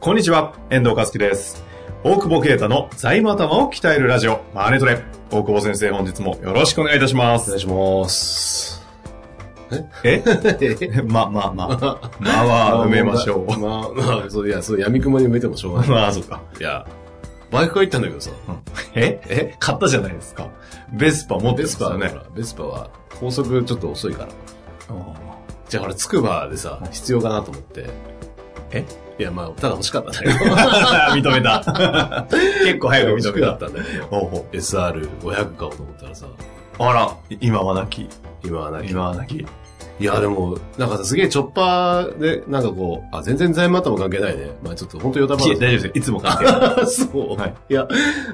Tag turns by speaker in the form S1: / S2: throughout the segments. S1: こんにちは、遠藤和樹です。大久保啓太の財務頭を鍛えるラジオ、マネトレ。大久保先生、本日もよろしくお願いいたしま
S2: お
S1: す
S2: 願。いします。
S1: え ま、ま、ま。まあは埋めまし ょう。
S2: まあまあ、そういや、そう、闇雲に埋めてもしょうがない。
S1: まあ、そっか。
S2: いや、バイクは行ったんだけどさ、
S1: ええ買ったじゃないですか。ベスパ持って
S2: ベ
S1: ま
S2: ス
S1: す
S2: パ
S1: よ
S2: はね
S1: ね。、
S2: ベスパは高速ちょっと遅いから。
S1: あ
S2: じゃあほら、つくばでさ、必要かなと思って。
S1: え
S2: いや、まあ、ただ欲しかったんだ けど。
S1: あ認め た。結構早く
S2: 欲し
S1: 認
S2: く
S1: め。
S2: なったたんだけど。
S1: ほうほ
S2: SR500 買おうと思ったらさ、
S1: うあら、今はなき。
S2: 今はない。
S1: 今はなき。
S2: いや、でも、なんかさ、すげえチョッパーで、なんかこう、あ、全然財務頭関係ないね。まあちょっと本当よたば
S1: いや大丈夫ですよ。いつも関 係ない。
S2: そう、
S1: はい
S2: い。や、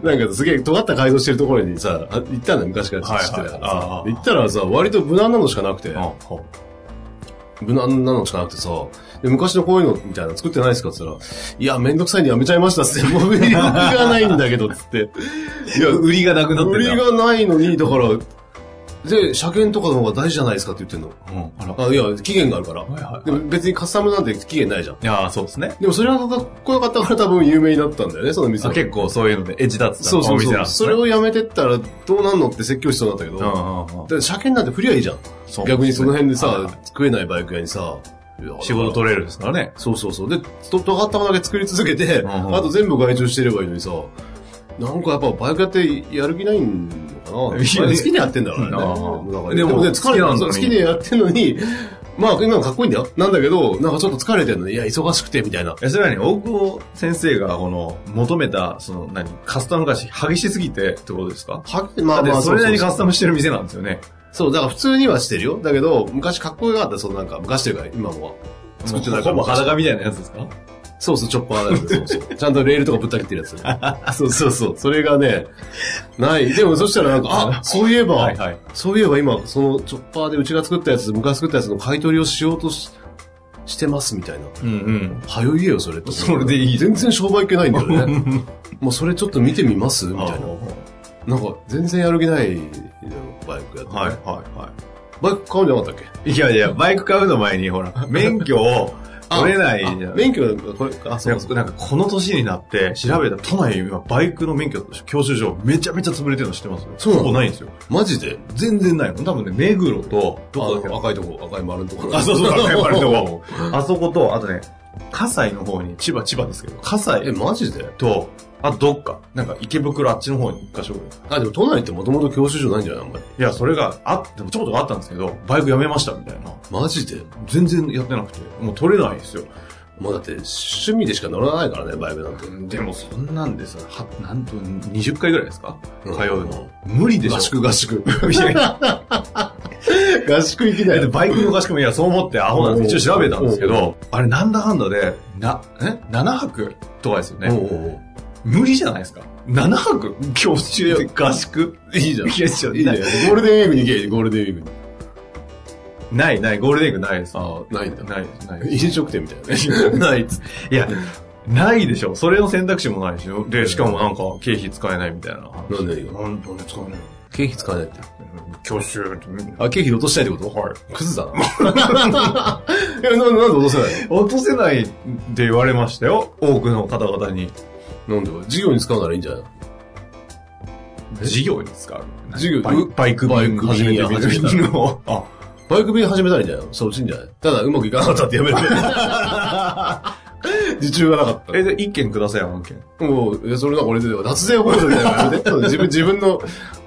S2: なんかすげえ尖った改造してるところにさ、あ行ったんだよ、昔からちょっと知ってたか
S1: はいは
S2: ら
S1: いあ
S2: さ
S1: あ。
S2: で行ったらさ、割と無難なのしかなくて、
S1: あほ
S2: 無難なのしかなくてさ、で昔のこういうのみたいなの作ってないですかって言ったら、いや、めんどくさいんでやめちゃいましたっつって、もう売りがないんだけどっつって。
S1: ういや、売りがなくなってた。
S2: 売りがないのに、だから、で、車検とかの方が大事じゃないですかって言ってんの。
S1: うん、あら。
S2: あいや、期限があるから。
S1: はいはいはい
S2: でも別にカスタムなんて期限ないじゃん。
S1: いや、そうですね。
S2: でもそれがかっこよかったから多分有名になったんだよね、その店
S1: あ
S2: は。
S1: 結構そういうので、エッジだった
S2: そう
S1: お
S2: そう
S1: 店なん
S2: そう。
S1: ですね
S2: それをやめてったらどうなんのって説教しそうなんだけど、
S1: うんう
S2: だ
S1: んうん
S2: って車検なんて振りゃいいじゃん。
S1: そう
S2: 逆にその辺で
S1: はいはい
S2: さ、食えないバイク屋にさ、いや
S1: 仕事取れるんですからね。
S2: そうそうそう。で、と、とがったものだけ作り続けて、
S1: んうん
S2: あと全部外注してればいいのにさ、なんかやっぱバイクやってやる気ないんのかな
S1: いや
S2: 好きでやってんだからね。
S1: うん
S2: なんか
S1: で
S2: で
S1: も
S2: もね、疲れて
S1: 好きなんだ
S2: そう好きでやってんのに、まあ今のかっこいいんだよ。なんだけど、なんかちょっと疲れてんのに、いや、忙しくて、みたいな。
S1: え、それはね、大久保先生が、この、求めた、その、何、カスタム化し、激しすぎてってことですか
S2: はま
S1: だって、それなりにカスタ
S2: ム
S1: ムしてる店なんですよね。
S2: そう、だから普通にはしてるよ。だけど、昔かっこよかった、そのなんか、昔というか、今もは。作ってない
S1: ほぼ裸みたいなやつですか
S2: そうそう、チョッパーだけど、 そうそう。ちゃんとレールとかぶった切ってるやつ。そうそうそう。それがね、ない。でもそしたらなんか、あ、そういえば、
S1: はいはい。
S2: そういえば今、そのチョッパーでうちが作ったやつ、昔作ったやつの買い取りをしようとししてますみたいな。
S1: うんうん。
S2: はよ言えよ、それって。
S1: それでいい
S2: 全然商売系ないんだよ ね。もうそれちょっと見てみますみたいな。なんか、全然やる気ないのバイクやって、
S1: はいはいは
S2: バイク買うんじゃなかったっけ
S1: い。いやいや、バイク買うの前に、ほ ら、免許を取れないじゃん。
S2: 免許、これ、あ、
S1: い
S2: そう
S1: や
S2: かそうか
S1: なんかこの年になって調べたら都内今バイクの免許教習所めちゃめちゃ潰れてるの知ってます
S2: そうなの
S1: ほぼないんですよ。
S2: マジで
S1: 全然ないの。多分ね、目黒と、
S2: どこだっけ
S1: あの
S2: 赤いとこ、赤い丸のとこ。。
S1: あ、そうそう、赤い丸のとこあそこと、あとね、葛西の方に、千葉、千葉ですけど、葛
S2: え、
S1: 西
S2: マジで
S1: と、あとどっか、なんか池袋あっちの方に一箇所ぐらい。
S2: あ、でも都内ってもともと教習所ないんじゃないあんまり。
S1: いや、それがあって、ちょこちょこあったんですけど、バイクやめましたみたいな。
S2: マジで
S1: 全然やってなくて、もう取れないですよ。
S2: もうだって趣味でしか乗らないからね、バイクなんて。
S1: でもそんなんでさ、は、なんと、20回ぐらいですか
S2: うん
S1: 通うの。無理でしょ。
S2: 合宿合宿。
S1: いやいや
S2: 合宿行き
S1: だ
S2: だ
S1: って
S2: よ。
S1: バイクの合宿もいや、そう思ってアホなんです。一応調べたんですけ
S2: おうお
S1: ど、あれなんだかんだで、な、え ?7 泊とかですよね。
S2: おうおうおう
S1: 無理じゃないですか。7泊教習で合宿いいじゃん。いや、ちょ
S2: いいね。ゴールデンウィークに行け、ゴールデンウィークに。
S1: ないない、ゴールデンウィークないです。
S2: ああ、ないんだ。
S1: ないない
S2: 飲食店みたいなね。
S1: ないっついや、ないでしょ。それの選択肢もないでしょ。で、しかもなんか、経費使えないみたいな話。
S2: なんでよ
S1: なんで使えないの
S2: 経費使わないって。
S1: 教習
S2: あ、経費落としたいってこと
S1: はい。
S2: クズだ な。いや、なんで、なんで落とせない
S1: 落とせないって言われましたよ。多くの方々に。
S2: のなんで事業に使うならいいんじゃない
S1: 事業に使う。
S2: 事業
S1: バイバイク
S2: バイク
S1: 始めてみ
S2: 始めた
S1: るの。あ、
S2: バイク便始めたらいいんじゃないのそっちんじゃないただ、うまくいかなかったってやめる。受注がなかった。
S1: え、で、一件ください、案件。
S2: もう、いやそれなんか俺で、脱税報道みたいなのやめて自分、自分の、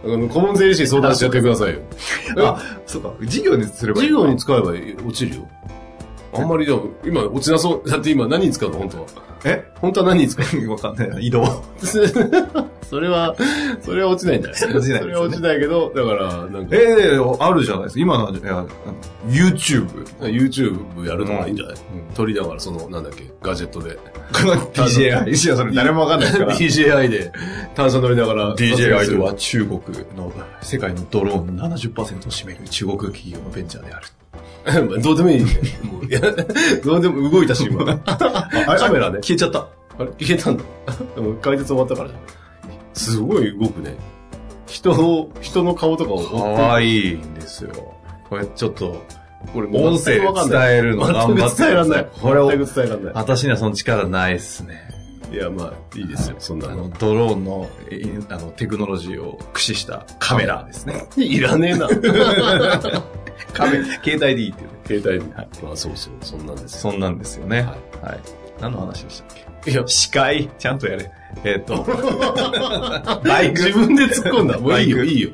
S2: あの、顧問税理士に相談してやってくださいよ。
S1: あ、そうか。事業にすればいい。
S2: 事業に使えば落ちるよ。あんまりでも、今落ちなそう。だって今何に使うの 本当は。
S1: え
S2: 本当は何に使 う
S1: わかんない。移動。
S2: それは、それは落ちないんだよ。
S1: 落ちないですよね
S2: それは落ちないけど、だから、なんか、
S1: ええあるじゃないですか。今のは、いや YouTube。
S2: YouTube やるのがいいんじゃない、取りながら、その、なんだっけ、ガジェットで。
S1: DJI。いや、それ誰もわかんないです から。
S2: DJI で、単車乗りながら。
S1: DJI とは中国の世界のドローンの70%を占める中国企業のベンチャーである。
S2: まあ どうでもいいね。もういやどうでも動いたし、 今。カメラね。
S1: 消えちゃった。
S2: あれ消えたんだ。でも解説終わったからじゃん。すごい動くね。人の、人の顔とかを
S1: か
S2: 追って
S1: わいいんですよ。これちょっと、
S2: これ
S1: 音声で伝えるの頑張
S2: 全
S1: っ
S2: く
S1: て。
S2: 伝えらんない。
S1: これを、
S2: 全く伝えらんな
S1: 私にはその力ないっすね。
S2: い。いや、まあ、いいですよ、そんな
S1: あ
S2: の
S1: の、。ドローンの、えーあの、テクノロジーを駆使したカメラですね。
S2: いらねえな。
S1: カメ、 携帯でいいっていうね。
S2: 携帯に。まあ、そうそう、そんなんですよ。
S1: そんなんですよね。
S2: は
S1: はい。何の話でしたっけ
S2: いや、
S1: 司会、ちゃんとやれ。えっ、と、 バイク。
S2: 自分で突っ込んだ。もういいよ、
S1: バイク
S2: いいよ。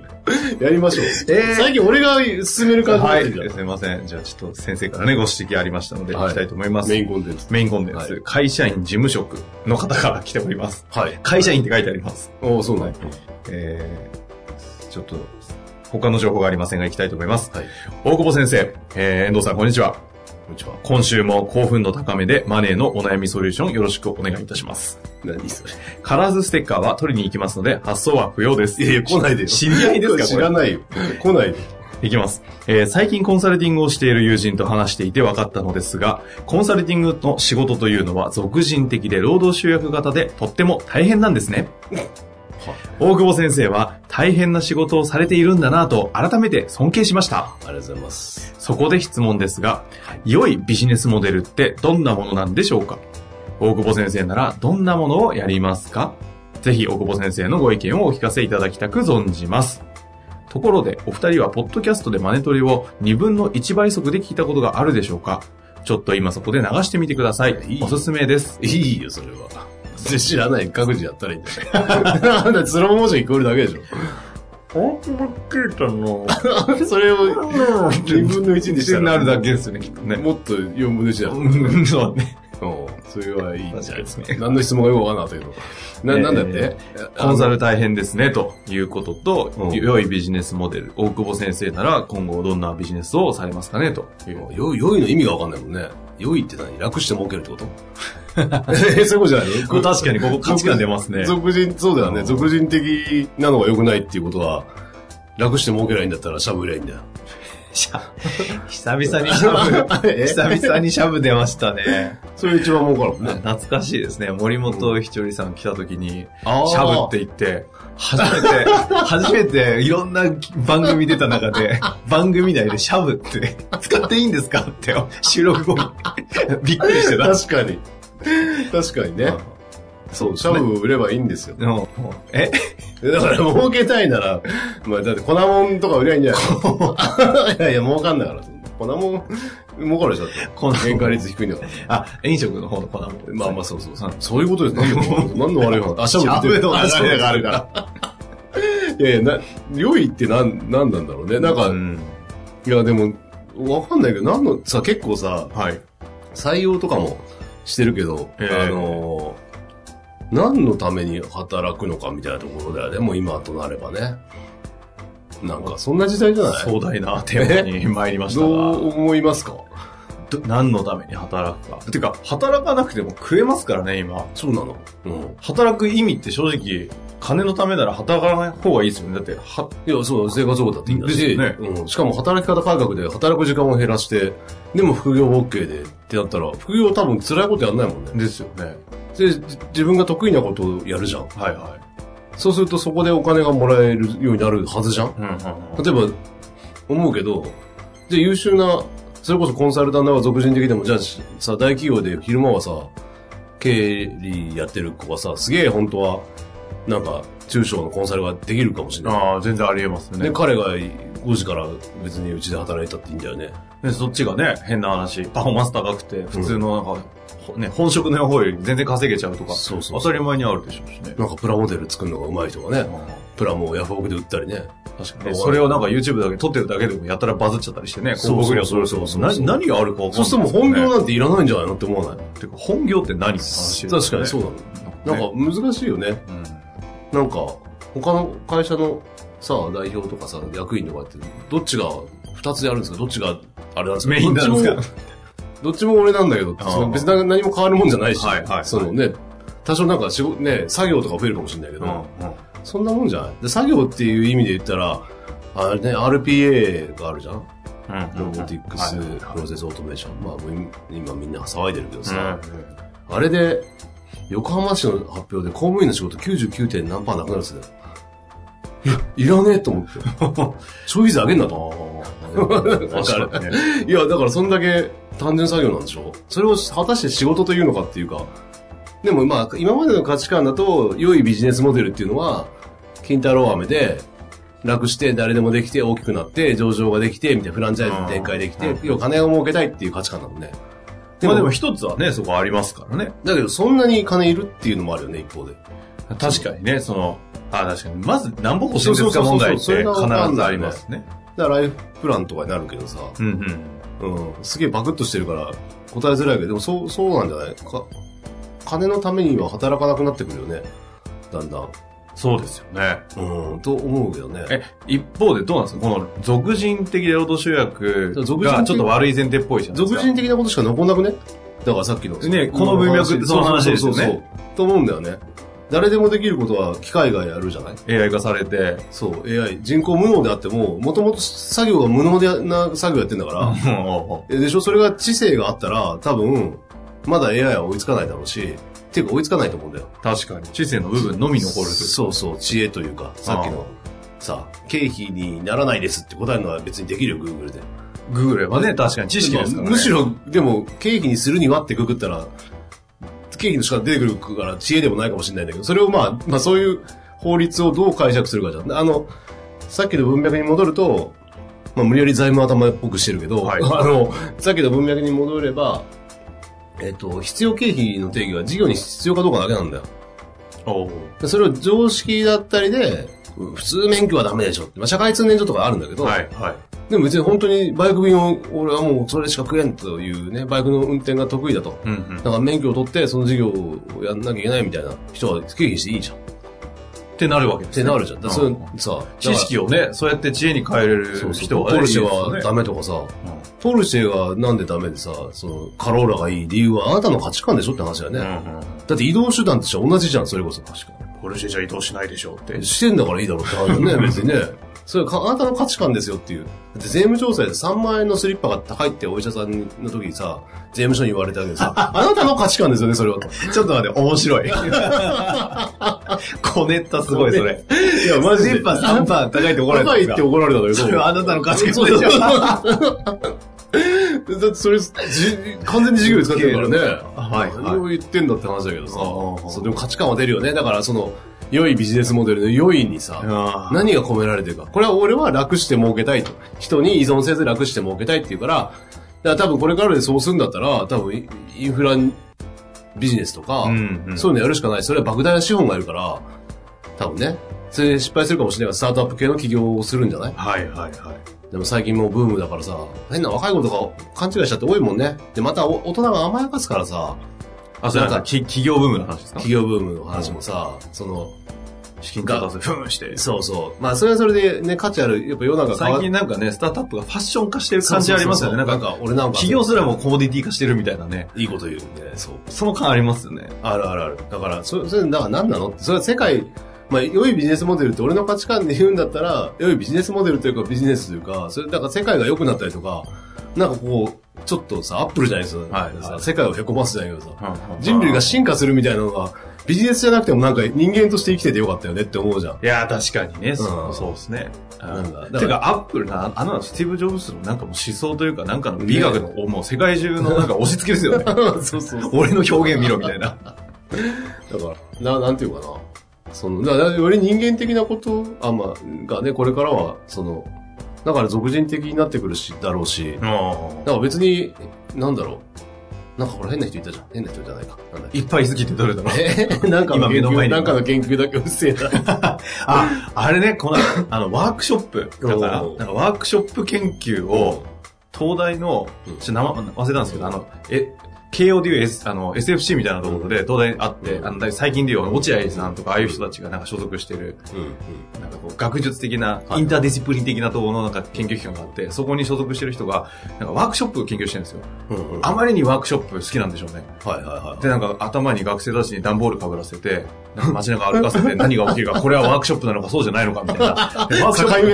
S2: やりましょう。
S1: えー
S2: 最近俺が進める感じにな
S1: は
S2: っ
S1: い。
S2: てるじゃん。
S1: すいません。じゃあちょっと先生からね、ご指摘ありましたので、
S2: はい
S1: いきたいと思います。
S2: メインコンテンツ。
S1: メインコンテンツ、
S2: はい
S1: 会社員事務職の方から来ております。
S2: はい。
S1: 会社員って書いてあります。
S2: おおそうなんだ。
S1: えー、ちょっと、他の情報がありませんが、いきたいと思います。
S2: はい。
S1: 大久保先生、えー、遠藤さん、こんにちは。
S2: こんにちは。
S1: 今週も興奮度高めで、マネーのお悩みソリューションよろしくお願いいたします。
S2: 何それ。
S1: カラーズステッカーは取りに行きますので、発送は不要です。
S2: いやいや、来ないでよ。
S1: 知り合いですか
S2: 知らないよ。来ないで。
S1: いきます。えー最近コンサルティングをしている友人と話していて分かったのですが、コンサルティングの仕事というのは俗人的で労働集約型でとっても大変なんですね。大久保先生は大変な仕事をされているんだなぁと改めて尊敬しました。
S2: ありがとうございます。
S1: そこで質問ですが、良いビジネスモデルってどんなものなんでしょうか大久保先生ならどんなものをやりますかぜひ大久保先生のご意見をお聞かせいただきたく存じます。ところで、お二人はポッドキャストでマネトレを2分の1倍速で聞いたことがあるでしょうかちょっと今そこで流してみてください。
S2: いい
S1: おすすめです。
S2: いいよ、それは。知らない。各自やったらいいんだよ。なんだ、 スローモーション聞こえるだけでし
S1: 大久保聞いた の。
S2: ょ。 それを2分の1にしたら。
S1: なるだけですよね、きっとね。
S2: もっと4分の1だよ。
S1: うんそうね。
S2: うん。それはいいんじゃないです
S1: 確か
S2: か。何の質問がよくわかんなかったけど。な、なんだっ
S1: え
S2: て
S1: コンサル大変ですね、ということと、
S2: うん
S1: 良いビジネスモデル。大久保先生なら今後どんなビジネスをされますかね、と いう。
S2: よ良い良いの意味がわかんないもんね。良いって何楽して儲けるってこと えそういうことじゃないの
S1: これ確かにここ価値観出ますね。
S2: 俗人、そうだよ
S1: う
S2: ね。
S1: ん
S2: 俗人的なのが良くないっていうことは、楽して儲けりゃいいんだったらしゃぶりゃいいんだよ。
S1: しゃ久々にシャブ、
S2: え
S1: 久々にシャブ出ました ね。
S2: それ一番儲かるもんね。
S1: 懐かしいですね。森本ひとりさん来た時に、
S2: あー
S1: シャブって言って、初め て、初めていろんな番組出た中で、番組内でシャブって使っていいんですかって収録 後に、びっくりしてた。
S2: 確かに。 確かにね。そう、シャブ売ればいいんですよ。
S1: でももうえ
S2: だから儲けたいなら、まあだって粉もんとか売りゃいいんじ ゃないのいやいや、儲かんだから。粉もん、儲かるでしょだって。
S1: 粉もん
S2: 原価率低いんだから。
S1: あ、飲食の方の粉も。
S2: まあまあそうそうそう
S1: う。ん
S2: そういうことです。何の何の 悪い話。あ、シャブ売って
S1: シャブの流
S2: る。
S1: れがある
S2: から。 いやいや、な、良いってなん、なんなんだろうね。なんか、
S1: うん
S2: いやでも、わかんないけど、なんの、さ、結構さ、
S1: はい。
S2: 採用とかもしてるけど、
S1: ええ
S2: あのー何のために働くのかみたいなところだよね、もう今となればね。なんか、そんな時代じゃない
S1: 壮大なテーマに参りました
S2: どう
S1: が、
S2: 思いますか
S1: ど何のために働くか。てか、働かなくても食えますからね、今。
S2: そうなのうん。
S1: 働く意味って正直、金のためなら働かない方がいいですよね。だって、はい
S2: や、そう、生活保護だっていいんだ
S1: です
S2: し、
S1: よね
S2: うん、しかも働き方改革で働く時間を減らして、でも副業 OK でってなったら、副業多分辛いことやんないもんね。
S1: ですよね。
S2: で、じ自分が得意なことをやるじゃん。
S1: はいはい。
S2: そうするとそこでお金がもらえるようになるはずじゃん
S1: うんうんうん
S2: 例えば、思うけど、じゃあ優秀な、それこそコンサルタントが俗人的でも、じゃあしさ、大企業で昼間はさ、経理やってる子がさ、すげえ本当は、なんか、中小のコンサルができるかもしれない。
S1: ああ、全然ありえますよね
S2: で、。彼が5時から別にうちで働いたっていいんだよね。
S1: でそっちがね、変な話、パフォーマンス高くて、普通のなんか、ほね、本職の方より全然稼げちゃうとか、
S2: そうそうそ
S1: 当
S2: う
S1: たり前にあるでしょうしね。
S2: なんかプラモデル作るのが上手い人がね、プラモをヤフオクで売ったりね。
S1: 確かに。それをなんか YouTube だけ撮ってるだけでもやったらバズっちゃったりしてね、広告料
S2: そうそうそうそう
S1: な何があるかわかんない、
S2: そしてもう本業なんていらないんじゃないのって思わない
S1: てか本業って何って話ですよね
S2: 確かにそうだね。なんか難しいよね。
S1: うん
S2: なんか、他の会社のさ、代表とかさ、役員とかって、どっちが2つやるんですかどっちがあれなんですか
S1: メインなんですか
S2: どっちもどっちも俺なんだけどって
S1: あー
S2: その別に何も変わるもんじゃないし、
S1: はいはい
S2: そのね、多少なんか仕事、ね、作業とか増えるかもしれないけど、
S1: うん
S2: そんなもんじゃないで作業っていう意味で言ったら、あれね、RPA があるじゃん
S1: うん
S2: ロボティックス、プロセスオートメーション。まあ、もう今みんな騒いでるけどさ、あれで、横浜市の発表で公務員の仕事 99. 点何パーなくなるっつっていらねえと思って。消費税上げんなと。
S1: 確かにね。
S2: いや、だからそんだけ単純作業なんでしょそれを果たして仕事というのかっていうか。でもまあ、今までの価値観だと、良いビジネスモデルっていうのは、金太郎飴で、楽して誰でもできて大きくなって上場ができてみたいなフランチャイズ展開できて、
S1: うん
S2: 要は金を儲けたいっていう価値観なのね。
S1: まあでも一つはね、そこありますからね。
S2: だけどそんなに金いるっていうのもあるよね、一方で。
S1: 確かにね、その、あ確かに。まず、なんぼ欲しいんですか問題って
S2: そ
S1: 必
S2: うそうそうそうそれがわかん
S1: ず
S2: ない
S1: ありますね。
S2: だからライフプランとかになるけどさ、
S1: うんうん。
S2: うん、すげえバクッとしてるから答えづらいけど、でもそう、そうなんじゃないか、金のためには働かなくなってくるよね。だんだん。
S1: そうですよね。
S2: うん、と思うけどね。
S1: え、一方でどうなんですかこの、俗人的労働集約
S2: 俗人
S1: が
S2: 的
S1: ちょっと悪い前提っぽいじゃないです
S2: 俗
S1: か。
S2: 人的なことしか残んなくねだからさっきの。
S1: ねこの文脈ってその話ですよね
S2: そうそうそうそうと思うんだよね。誰でもできることは機械がやるじゃない
S1: AI 化されて、
S2: そう、AI。人工無能であっても、もともと作業が無能でな作業やってんだから、
S1: も
S2: えでしょそれが知性があったら、多分、まだ AI は追いつかないだろうし、っていうか追いつかないと思うんだよ。
S1: う確かに。知性の部分のみ残るという。
S2: そうそう、知恵というか、さっきの、さ、経費にならないですって答えるのは別にできるよ、Google で。
S1: グーグルはね、確かに知識ですからね。
S2: むしろ、でも、経費にするにはってググったら、経費のしか出てくるから知恵でもないかもしれないんだけど、それをまあ、まあそういう法律をどう解釈するかじゃん。あの、さっきの文脈に戻ると、まあ無理やり財務頭っぽくしてるけど、
S1: はい
S2: あの、さっきの文脈に戻れば、えっと、必要経費の定義は事業に必要かどうかだけなんだよ。
S1: おう
S2: でそれを常識だったりで、うん普通免許はダメでしょって。まあ、社会通念所とかあるんだけど、
S1: はい、はい。
S2: でも別に本当にバイク便を、俺はもうそれしか食えんというね、バイクの運転が得意だと。
S1: うんうん
S2: だ。から免許を取ってその事業をやんなきゃいけないみたいな人は経費していいじゃん。っ
S1: ってなるわけです
S2: て
S1: ね。
S2: なるじゃん。だから
S1: うん
S2: それさ、
S1: 知識
S2: を
S1: をね、そうやって知恵に変えれ
S2: そう
S1: る
S2: そう
S1: 人は
S2: ポ
S1: ね
S2: ルシ
S1: い
S2: ェ
S1: い
S2: は
S1: です
S2: ダ
S1: よね
S2: メとかさ、
S1: うん
S2: ポルシェがなんでダメでさ、そのカローラがいい理由はあなたの価値観でしょって話だよね。
S1: うんうん
S2: だって移動手段としては同じじゃん、それこそ。確か
S1: ポルシェじゃ移動しないでしょうって。
S2: してんだからいいだろうって話だよね、別にね。それか、あなたの価値観ですよっていう。だって税務調査で3万円のスリッパが高いってお医者さんの時にさ、税務署に言われたけど さ、あなたの価値観ですよね、それは。
S1: ちょっと待って、面白 い。こねったすごい、それ。
S2: いや、マ
S1: 1波3波高いって怒られた
S2: 高
S1: んで
S2: い
S1: す
S2: っ
S1: か
S2: て怒られたんだけど。
S1: それはあなたの価値観
S2: そう
S1: でし ょ
S2: そうだってそれ、じ完全に授業で使ってるからね。
S1: はいはい
S2: 何を言ってんだって話だけどさ
S1: あー。
S2: そう、でも価値観は出るよね。だから、その、良いビジネスモデルの良いにさ、
S1: あー
S2: 何が込められてるか。これは俺は楽して儲けたいと。人に依存せず楽して儲けたいっていうから、だから多分これからでそうするんだったら、多分イインフラビジネスとか、
S1: うんうん
S2: そういうのやるしかない。それは莫大な資本がいるから、多分ね。それで失敗するかもしれないが、スタートアップ系の起業をするんじゃない
S1: はいはいはい。
S2: でも最近もうブームだからさ、変な若い子とか勘違いしちゃって多いもんね。で、またお大人が甘やかすからさ、
S1: あ、それなん
S2: な
S1: か
S2: んか
S1: き企業ブームの話ですか
S2: 企業ブームの話もさ、その、
S1: 資金調達でふんして。
S2: そうそう。まあそれはそれでね、価値ある、やっぱ世の中変わ
S1: 最近なんかね、スタートアップがファッション化してる感じありますよね。
S2: そ
S1: な
S2: うんそうそう
S1: か、
S2: なんか俺なんか、
S1: 企業すらもコモディティ化してるみたいなね。
S2: いいこと言うんで、そう。
S1: その感ありますよね。
S2: あるあるある。だから、そそれ、だから何なのって、それは世界、まあ、良いビジネスモデルって俺の価値観で言うんだったら、良いビジネスモデルというかビジネスというか、それ、だから世界が良くなったりとか、なんかこう、ちょっとさ、アップルじゃないですよ。
S1: はいはい
S2: さ世界を凹ますじゃないけどさ、人
S1: 人
S2: 類
S1: 類
S2: が
S1: が。
S2: 進化するみたいなのが、ビジネスじゃなくてもなんか人間として生きててよかったよねって思うじゃん。
S1: いやー、確かにね。
S2: う
S1: そ
S2: ん
S1: うそうですね。
S2: なんかだから
S1: てか、アップルな、あの、スティーブ・ジョブズのなんかもう思想というか、なんかの美学の、もう世界中のなんか押し付けです よね。
S2: そうそう
S1: 俺の表現見ろみたいな。
S2: だから、な、なんていうかな。その、だから、より人間的なこと、あ、まあ、がね、これからは、その、だから俗人的になってくるし、だろうし、だから別に、なんだろう。なんかほら変な人いたじゃん。変な人じゃないか。なんだっけ
S1: いっぱい好きってどれだろう
S2: え ーなんかの
S1: 今目
S2: 研
S1: の前
S2: 究、
S1: に
S2: なんかの研究だけうっせえな。
S1: あ、あれね、この、あの、ワークショップだから、
S2: おー
S1: なんかワークショップ研究を、東大の
S2: うん、
S1: ちょ、名前忘れたんですけど、あの、え、慶応でいう、S、あの、SFC みたいなところで、東大あって、
S2: うん
S1: あの、だ最近でいう、落合さんとか、ああいう人たちがなんか所属してる、
S2: うんうん。
S1: なんかこう、学術的な、
S2: はい
S1: インターディシプリン的なところのなんか研究機関があって、そこに所属してる人が、なんかワークショップを研究してるんですよ。
S2: うんうん。
S1: あ
S2: はい
S1: まりにワークショップ好きなんでしょうね。
S2: はいはい。
S1: で、なんか頭に学生たちに段ボールかぶらせて、なんか街中歩かせ て何が起きるか、これはワークショップなのかそうじゃないのかみたいな。 でワークショップ
S2: 境目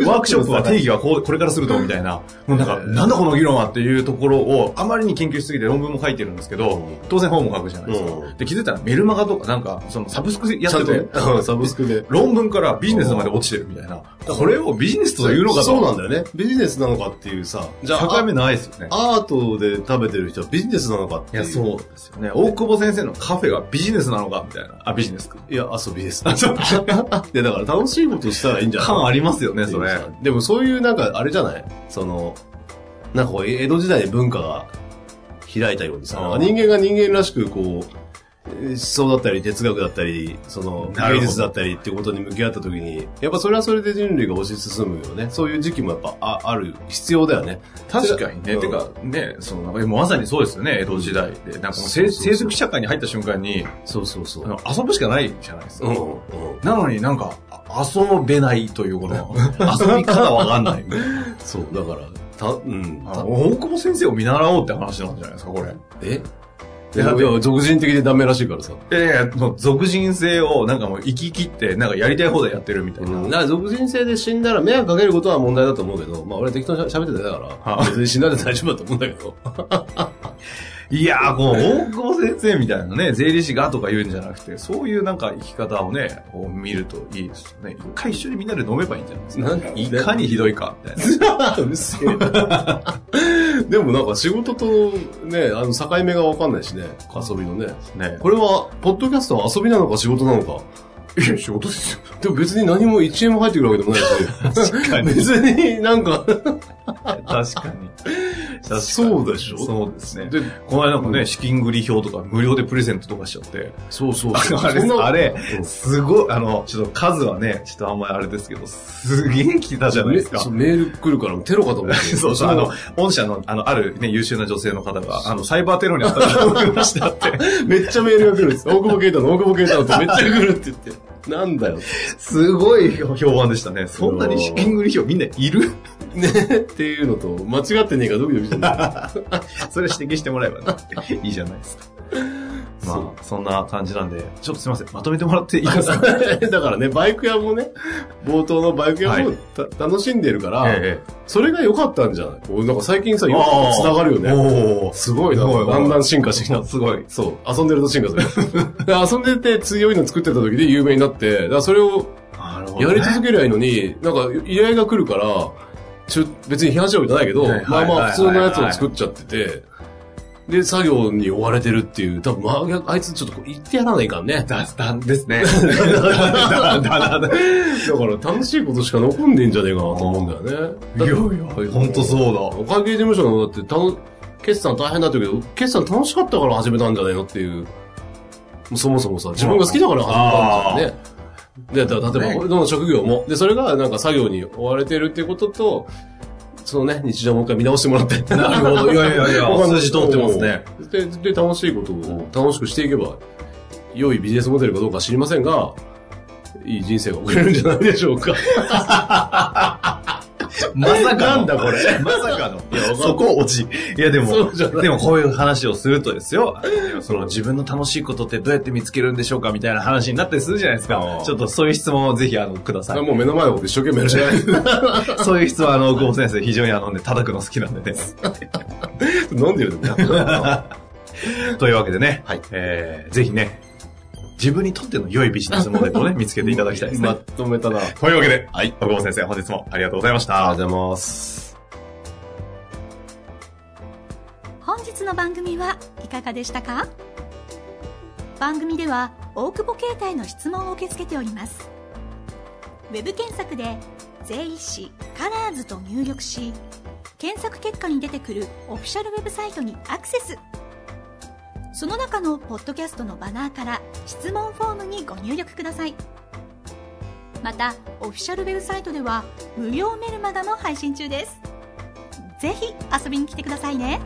S1: でワークショップは定義はこうこれからするとみたいな、もうなんか、
S2: へー
S1: なんだこの議論はっていうところを、あまりに研究しすぎて論文も書いてるんですけど、当然本も書くじゃないですか。
S2: うん
S1: で、気づいたらメルマガとか、なんか、そのサブスクや
S2: ちゃ
S1: って
S2: んとね
S1: て、
S2: うんサブスクで。
S1: 論文からビジネスまで落ちてるみたいな、これをビジネスというのかと。
S2: そうなんだよね。ビジネスなのかっていうさ。じゃあ、
S1: 境目ないですよね。
S2: アートで食べてる人はビジネスなのかって
S1: い
S2: いう。
S1: や、そうですよね。大久保先生のカフェがビジネスなのかみたいな。あ、ビジネスか。
S2: いや、遊びです。で、だから楽しいことしたらいいんじゃない
S1: 感ありますよね、
S2: ってい
S1: そうれ
S2: さ。でもそういうなんか、あれじゃないその、なんかこう、江戸時代に文化が開いたようにさ、
S1: あー
S2: なんか人間が人間らしくこう、思想だったり、哲学だったり、その、
S1: なるほど
S2: 芸術だったりってことに向き合った時に、やっぱそれはそれで人類が推し進むよね。そういう時期もやっぱあある、必要だよね。
S1: 確かにね。
S2: うん
S1: てか、ね、その、えまさにそうですよね、江戸時代で。なんかもうせ、
S2: そうそうそう
S1: 成熟社会に入った瞬間に、
S2: そうそうそ
S1: あ
S2: う。
S1: の遊ぶしかないじゃないです
S2: う
S1: か。
S2: ん、うん。
S1: なのになんか、あ遊べないというこ の、遊び方わかんないみたいな。
S2: そう、だから、た、うん。
S1: あ
S2: た
S1: の大久保先生を見習おうって話なんじゃないですか、これ。
S2: えい
S1: いや
S2: や、俗人的でダメらしいからさ。
S1: いやいや、もう俗人性をなんかもう生き切って、なんかやりたい放題やってるみたいな。
S2: だから、俗人性で死んだら迷惑かけることは問題だと思うけど、まあ俺は適当にしゃ喋ってたから、別に死んだって大丈夫だと思うんだけど。
S1: いやー、こう、大久保先生みたいなね、税理士がとか言うんじゃなくて、そういうなんか生き方をね、こう見るといいですよね。一回一緒にみんなで飲めばいいんじゃないですか。
S2: なんか
S1: いかにひどいか、みたいな。
S2: うるせえ。 でもなんか仕事とね、あの境目がわかんないしね、遊びのね。
S1: ね。
S2: これは、ポッドキャストは遊びなのか仕事なのか。
S1: れ、いや、仕事ですよ。
S2: でも別に何も1円も入ってくるわけでもないし。
S1: 確かに。
S2: 別になんか、
S1: 確かに。確かに。
S2: そうでしょ
S1: そうですね。
S2: で
S1: この間もね、資金繰り表とか無料でプレゼントとかしちゃって。
S2: そうそう
S1: あ
S2: そう。
S1: のあ
S2: そん
S1: れ、
S2: な
S1: あれ、すごい、あの、ちょっと数はね、ちょっとあんまりあれですけど、すげえ来たじゃないですか
S2: め。そうメール来るからテロかと思 って。
S1: そうそう、あの、御社の、あの、あるね、優秀な女性の方が、あの、サイバーテロにあったと思いましたって。
S2: めっちゃメールが来るんです。大久保啓太の大久保啓太のってめっちゃ来るって言って。なんだよ。
S1: すごい評判でしたね。そんなに資金繰り表みんないる
S2: ね。っていうのと、間違ってねえかドキドキしてんだ
S1: それ指摘してもらえばね、いいじゃないですか。ま あ、そんな感じなんで、ちょっとすいません、まとめてもらっていいですか
S2: けど だからね、バイク屋もね、冒頭のバイク屋もた、楽しんでるから、
S1: え
S2: それが良かったんじゃないこうなんか最近さ、よ
S1: あー
S2: く繋がるよ
S1: え
S2: ね。
S1: おー、
S2: すごいな。
S1: すごい
S2: だんだん進化してきた。
S1: すごい。
S2: そう。遊んでると進化する。 で遊んでて強いの作ってた時で有名になって、だからそれを
S1: なるほ
S2: や
S1: やり
S2: り
S1: 続
S2: 続けりゃいいのに、なんか依頼が来るから、ちゅ別に批判しようじゃないけど、
S1: はいはい
S2: まあま
S1: はい
S2: あ普通のやつを作っちゃってて、で、作業に追われてるっていう、多分まあ逆、あいつちょっとこう言ってやらないか んね。だ
S1: けたんです ね。だだだだ
S2: から楽しいことしか残んねえんじゃねえかなと思うんだよね。
S1: いやいや、ほんとそう
S2: お会計事務所のだって、たの決算大変だったけど、決算楽しかったから始めたんじゃないのっていう。もうそもそもさ、自分が好きだから始めたんだよね。で、だ例
S1: ね
S2: えば、俺の職業も。で、それがなんか作業に追われてるっていうことと、そのね、日常もう一回見直してもらって。
S1: だ。な るほど。いやいやい
S2: 他
S1: や、
S2: の
S1: 数字通ってますね。。
S2: で、で、楽しいことを楽しくしていけば、良いビジネスモデルかどうか知りませんが、いい人生が送れるんじゃないでしょうか。
S1: まさか
S2: な
S1: の。
S2: んだこれ。
S1: まさかの。
S2: やわかんない
S1: そこ落ち。いやで
S2: そ
S1: も
S2: うじゃ、ない
S1: でもこういう話をするとですよ、その自分の楽しいことってどうやって見つけるんでしょうかみたいな話になってするじゃないです
S2: あ
S1: か
S2: あ。
S1: ちょっとそういう質問をぜひあのください。
S2: もう目の前のこと一生懸命やるじゃない
S1: そういう質問はあの、久保先生非常にあのね、叩くの好きなんでね。
S2: 飲んでるのか
S1: というわけでね、
S2: はい
S1: えーぜひね、自分にとっての良いビジネスモデルをね、見つけていただきたいですね。
S2: まとめたな。あり
S1: というわけで、はい。小久保先生、本日もありがとうございました。
S2: がとうございます。
S3: 本日の番組はいかがでしたか番組では大久保携帯の質問を受け付けておりますウェブ検索で「税理士カラーズと入力し検索結果に出てくるオフィシャルウェブサイトにアクセスその中のポッドキャストのバナーから質問フォームにご入力ください。また、オフィシャルウェブサイトでは無料メルマガも配信中です。ぜひ遊びに来てくださいね。